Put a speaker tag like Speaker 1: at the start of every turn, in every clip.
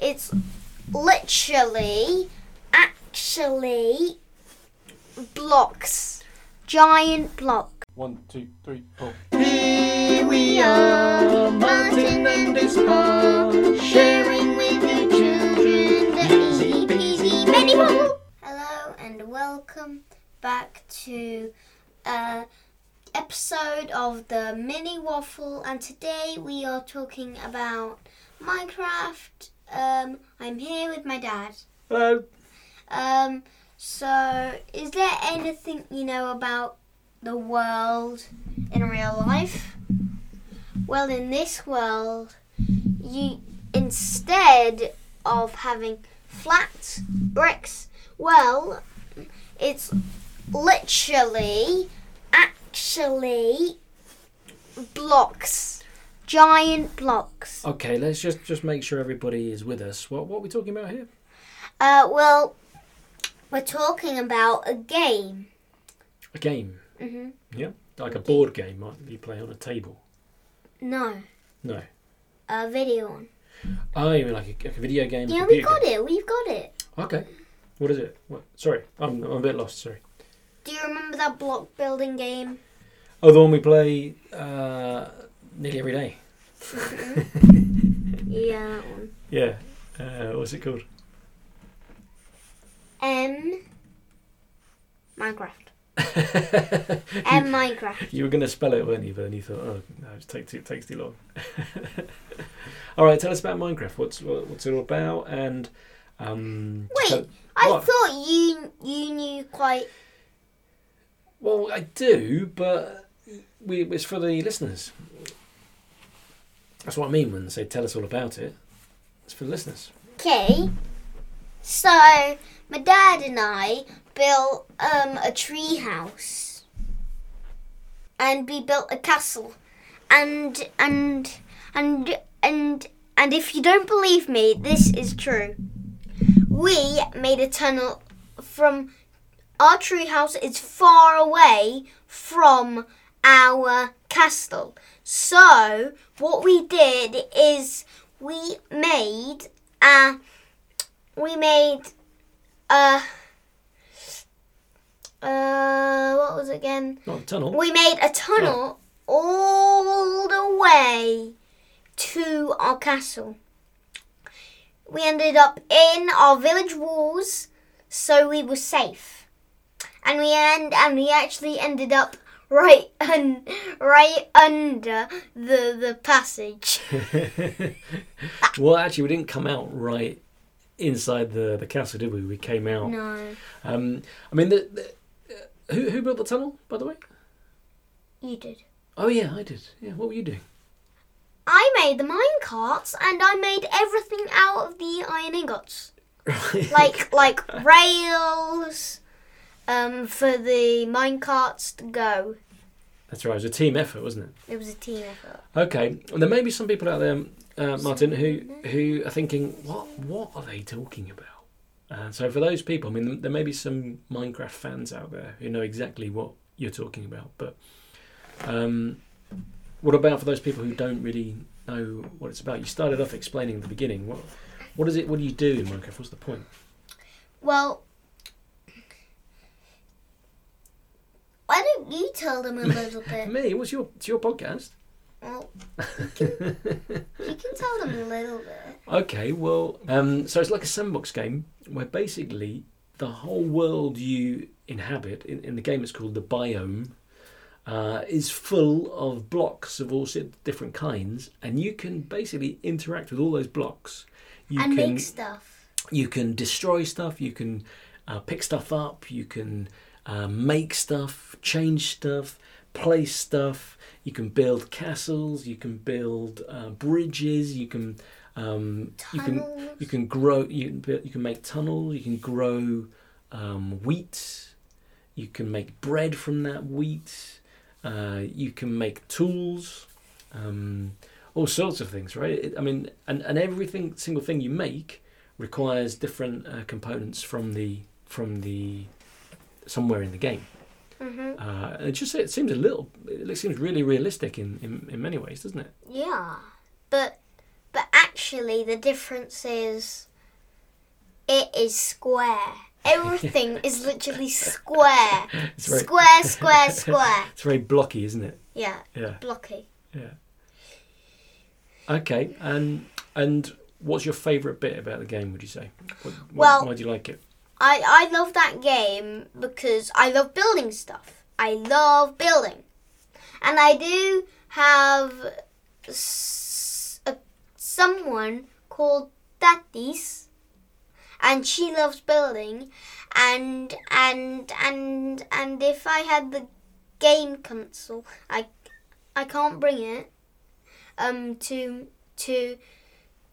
Speaker 1: it's literally, actually, blocks. Giant blocks.
Speaker 2: One, two, three, four.
Speaker 3: Here we are, Martin and his pa, sharing with you children the
Speaker 1: E
Speaker 3: easy peasy mini ball.
Speaker 1: Hello and welcome back to uh, episode of the mini waffle. And today we are talking about Minecraft. Um, I'm here with my dad.
Speaker 2: Hello.
Speaker 1: Um, so is there anything you know about the world in real life? Well, in this world, you instead of having flat bricks, well, it's literally, actually, blocks, giant blocks.
Speaker 2: Okay, let's just just make sure everybody is with us. What what are we talking about here?
Speaker 1: Uh, well, we're talking about a game.
Speaker 2: A game,
Speaker 1: hmm
Speaker 2: like a board game, might be play on a table.
Speaker 1: No,
Speaker 2: No.
Speaker 1: a video one.
Speaker 2: Oh, you mean like a, like a video game? a
Speaker 1: Yeah, we
Speaker 2: computer
Speaker 1: got it. We've got it.
Speaker 2: game. Okay. What is it? What? Sorry, I'm, I'm a bit lost. Sorry.
Speaker 1: Do you remember that block building game?
Speaker 2: Oh, the one we play uh, nearly every day.
Speaker 1: Yeah, that one.
Speaker 2: Yeah. Uh, what's it called?
Speaker 1: M. Minecraft.
Speaker 2: you,
Speaker 1: M. Minecraft.
Speaker 2: you were going to spell it, weren't you? But then you thought, oh, no, it takes too, it takes too long. all right, tell us about Minecraft. What's what, what's it all about? And um,
Speaker 1: Wait.
Speaker 2: so-
Speaker 1: I
Speaker 2: What?
Speaker 1: thought you you knew quite.
Speaker 2: well, I do, but we, it's for the listeners. That's what I mean when they say tell us all about it. It's for the listeners.
Speaker 1: Okay. So my dad and I built um, a tree house, and we built a castle, and and and and and if you don't believe me, this is true. We made a tunnel from our tree house is far away from our castle. So what we did is we made a Uh, we made a uh what was it again?
Speaker 2: Not the tunnel.
Speaker 1: We made a tunnel all the way to our castle. We ended up in our village walls, so we were safe. And we end and we actually ended up right un, right under the the passage.
Speaker 2: well, actually, we didn't come out right inside the, the castle, did we? We came out.
Speaker 1: No,
Speaker 2: Um, I mean, the, the, uh, who who built the tunnel, by the way?
Speaker 1: you did.
Speaker 2: Oh yeah, I did. Yeah, what were you doing?
Speaker 1: I made the mine carts and I made everything out of the iron ingots. Like like rails um for the mine carts to go.
Speaker 2: that's right. It was a team effort, wasn't it?
Speaker 1: It was a team effort.
Speaker 2: Okay, and there may be some people out there, uh, Martin, who who are thinking, what what are they talking about? Uh, so for those people, I mean, there may be some Minecraft fans out there who know exactly what you're talking about. But um, what about for those people who don't really know what it's about? You started off explaining at the beginning. What what is it? What do you do in Minecraft? What's the point?
Speaker 1: Well why don't you tell them a little bit?
Speaker 2: Me? What's your it's your podcast?
Speaker 1: Well you can tell them a little bit.
Speaker 2: Okay, well, um, so it's like a sandbox game where basically the whole world you inhabit in, in the game, it's called the biome, uh, is full of blocks of all sort of different kinds, and you can basically interact with all those blocks. You
Speaker 1: and
Speaker 2: can
Speaker 1: make stuff.
Speaker 2: you can destroy stuff, you can uh, pick stuff up, you can uh, make stuff, change stuff, place stuff, you can build castles, you can build uh, bridges, you can um, you can
Speaker 1: Tunnels.
Speaker 2: you can grow you can, build, you can make tunnels, you can grow um, wheat, you can make bread from that wheat, uh, you can make tools, um, all sorts of things, right? It, I mean, and, and everything single thing you make requires different uh, components from the from the somewhere in the game.
Speaker 1: hmm
Speaker 2: Uh, and it just it seems a little it seems really realistic in, in, in many ways, doesn't it?
Speaker 1: Yeah. But but actually actually, the difference is it is square. Everything is literally square.
Speaker 2: It's very,
Speaker 1: Square, square, square.
Speaker 2: it's very blocky, isn't it?
Speaker 1: Yeah,
Speaker 2: Yeah.
Speaker 1: blocky.
Speaker 2: Okay. And and what's your favourite bit about the game? Would you say? What, what-
Speaker 1: Well-
Speaker 2: why do you like it?
Speaker 1: I, I love that game because I love building stuff. I love building. And I do have s- a, someone called Tatis and she loves building and and and and if I had the game console I I can't bring it um to to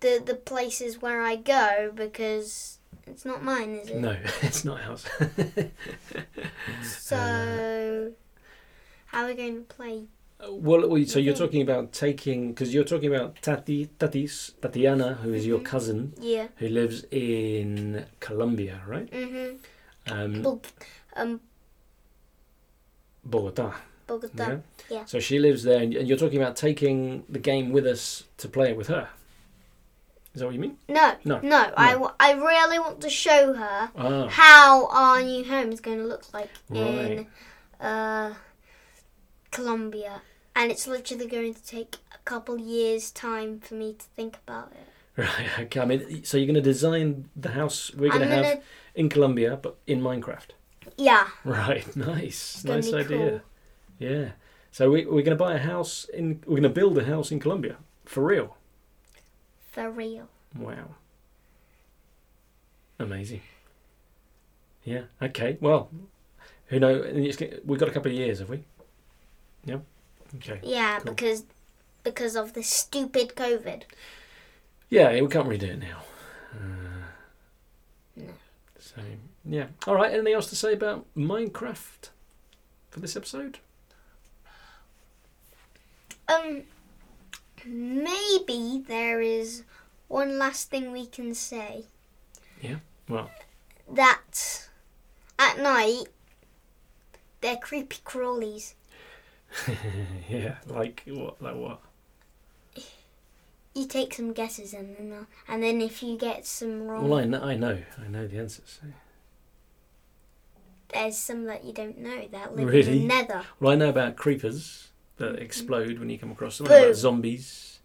Speaker 1: the the places where I go because it's not mine is it
Speaker 2: No, it's not ours.
Speaker 1: So, how are we going to play?
Speaker 2: well, well, so you're
Speaker 1: Okay.
Speaker 2: talking about taking because you're talking about Tati, Tatis, Tatiana, who is your
Speaker 1: Mhm.
Speaker 2: cousin
Speaker 1: Yeah.
Speaker 2: who lives in Colombia, right?
Speaker 1: Mhm.
Speaker 2: Um,
Speaker 1: Bog- um,
Speaker 2: Bogota.
Speaker 1: Bogota.
Speaker 2: Yeah.
Speaker 1: Yeah.
Speaker 2: So she lives there, and and you're talking about taking the game with us to play it with her. Is that what you mean?
Speaker 1: No,
Speaker 2: No,
Speaker 1: no. No. I, w- I really want to show her
Speaker 2: Ah,
Speaker 1: how our new home is going to look like
Speaker 2: Right.
Speaker 1: in uh, Colombia, and it's literally going to take a couple years' time for me to think about it.
Speaker 2: right. Okay. I mean, so you're going to design the house we're
Speaker 1: I'm
Speaker 2: going to have in Colombia, but in Minecraft.
Speaker 1: yeah.
Speaker 2: Right. Nice.
Speaker 1: It's gonna
Speaker 2: nice
Speaker 1: be
Speaker 2: idea. Yeah. So we, we're going to buy a house in. We're going to build a house in Colombia for real.
Speaker 1: For real.
Speaker 2: Wow. Amazing. Yeah. Okay. Well, who know? and it's g- We've got a couple of years, have we? Yeah. Okay.
Speaker 1: Yeah,
Speaker 2: Cool.
Speaker 1: because because of this stupid COVID.
Speaker 2: Yeah, we can't really do it now. Uh,
Speaker 1: No.
Speaker 2: So yeah. All right. Anything else to say about Minecraft for this episode?
Speaker 1: Um, maybe there is one last thing we can say.
Speaker 2: Yeah, what?
Speaker 1: That at night they're creepy crawlies.
Speaker 2: yeah. Like what? Like what?
Speaker 1: You take some guesses and then I'll- and then if you get some wrong,
Speaker 2: Well, I know, I know, I know the answers.
Speaker 1: there's some that you don't know that live
Speaker 2: Really?
Speaker 1: in the Nether.
Speaker 2: Well, I know about creepers that explode when you come across them. I know
Speaker 1: Boo.
Speaker 2: about zombies.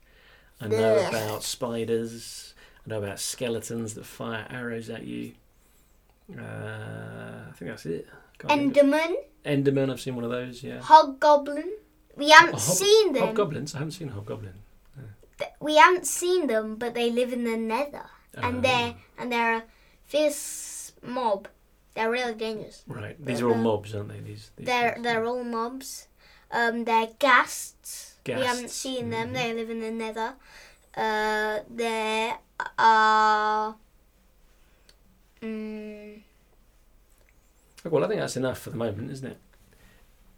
Speaker 2: I know
Speaker 1: Ugh.
Speaker 2: about spiders. I know about skeletons that fire arrows at you. Uh, I think that's it. Can't think of-
Speaker 1: Enderman,
Speaker 2: Enderman. I've seen one of those. Oh, Yeah.
Speaker 1: Hobgoblin. We haven't
Speaker 2: Hob-
Speaker 1: seen them.
Speaker 2: Hobgoblins. I haven't seen a hobgoblin.
Speaker 1: Th- We haven't seen them, but they live in the Nether,
Speaker 2: Um,
Speaker 1: and they're and they're a fierce mob. They're really dangerous.
Speaker 2: right. These are all
Speaker 1: they're-
Speaker 2: mobs, aren't they? These. these
Speaker 1: They're
Speaker 2: things?
Speaker 1: they're all mobs. Um, they're ghasts. We haven't
Speaker 2: Ghasts,
Speaker 1: seen them.
Speaker 2: mhm.
Speaker 1: They live in the Nether. Uh, there are. Mm,
Speaker 2: Okay, well, I think that's enough for the moment, isn't it?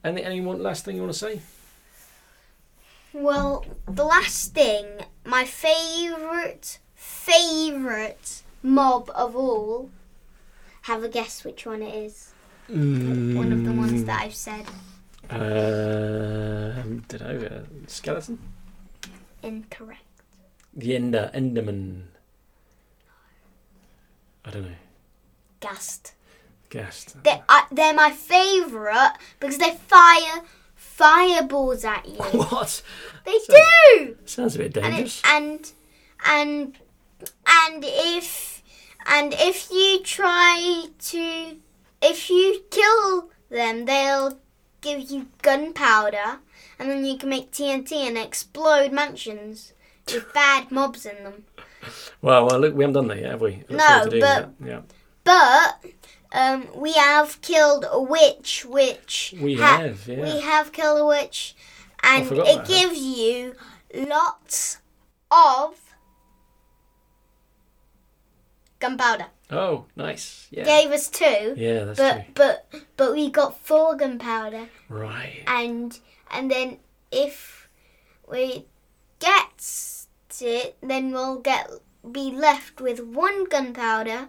Speaker 2: Any anyone last thing you want to say?
Speaker 1: well, the last thing, my favorite favorite mob of all. Have a guess which one it is. One of the ones that I've said.
Speaker 2: Um, don't know. Mm, Uh, skeleton.
Speaker 1: Incorrect.
Speaker 2: The Ender Enderman. I don't know.
Speaker 1: Ghast.
Speaker 2: Guessed.
Speaker 1: They, I they're my favourite because they fire fireballs at you.
Speaker 2: What?
Speaker 1: They
Speaker 2: So-
Speaker 1: do.
Speaker 2: Sounds a bit
Speaker 1: And it,
Speaker 2: dangerous.
Speaker 1: and and and if and if you try to if you kill them, they'll give you gunpowder, and then you can make TNT and explode mansions with bad mobs in them.
Speaker 2: Well, well, look, we haven't done that yet, have we? I look
Speaker 1: No,
Speaker 2: forward to doing
Speaker 1: but-
Speaker 2: that. yeah,
Speaker 1: But um, we have killed a witch, which
Speaker 2: we
Speaker 1: ha-
Speaker 2: have. Yeah. Oh,
Speaker 1: We have Killer Witch, and
Speaker 2: forgot
Speaker 1: it
Speaker 2: about her.
Speaker 1: gives you lots of gunpowder.
Speaker 2: Oh, nice. Yeah.
Speaker 1: Gave us two,
Speaker 2: Yeah, that's
Speaker 1: but
Speaker 2: true.
Speaker 1: but but we got four gunpowder,
Speaker 2: Right.
Speaker 1: and and then if we get it, then we'll get be left with one gunpowder.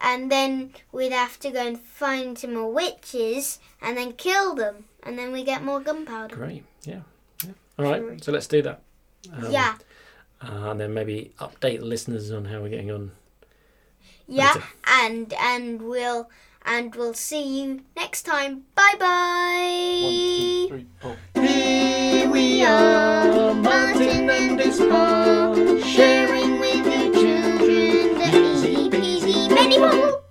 Speaker 1: And then we'd have to go and find some more witches and then kill them. And then we get more gunpowder.
Speaker 2: Great. Yeah. yeah. All right. So let's do that. Um,
Speaker 1: yeah.
Speaker 2: uh, and then maybe update listeners on how we're getting on.
Speaker 1: Yeah,
Speaker 2: Later.
Speaker 1: and and we'll and we'll see you next time. Bye bye.
Speaker 3: One, two, three, four.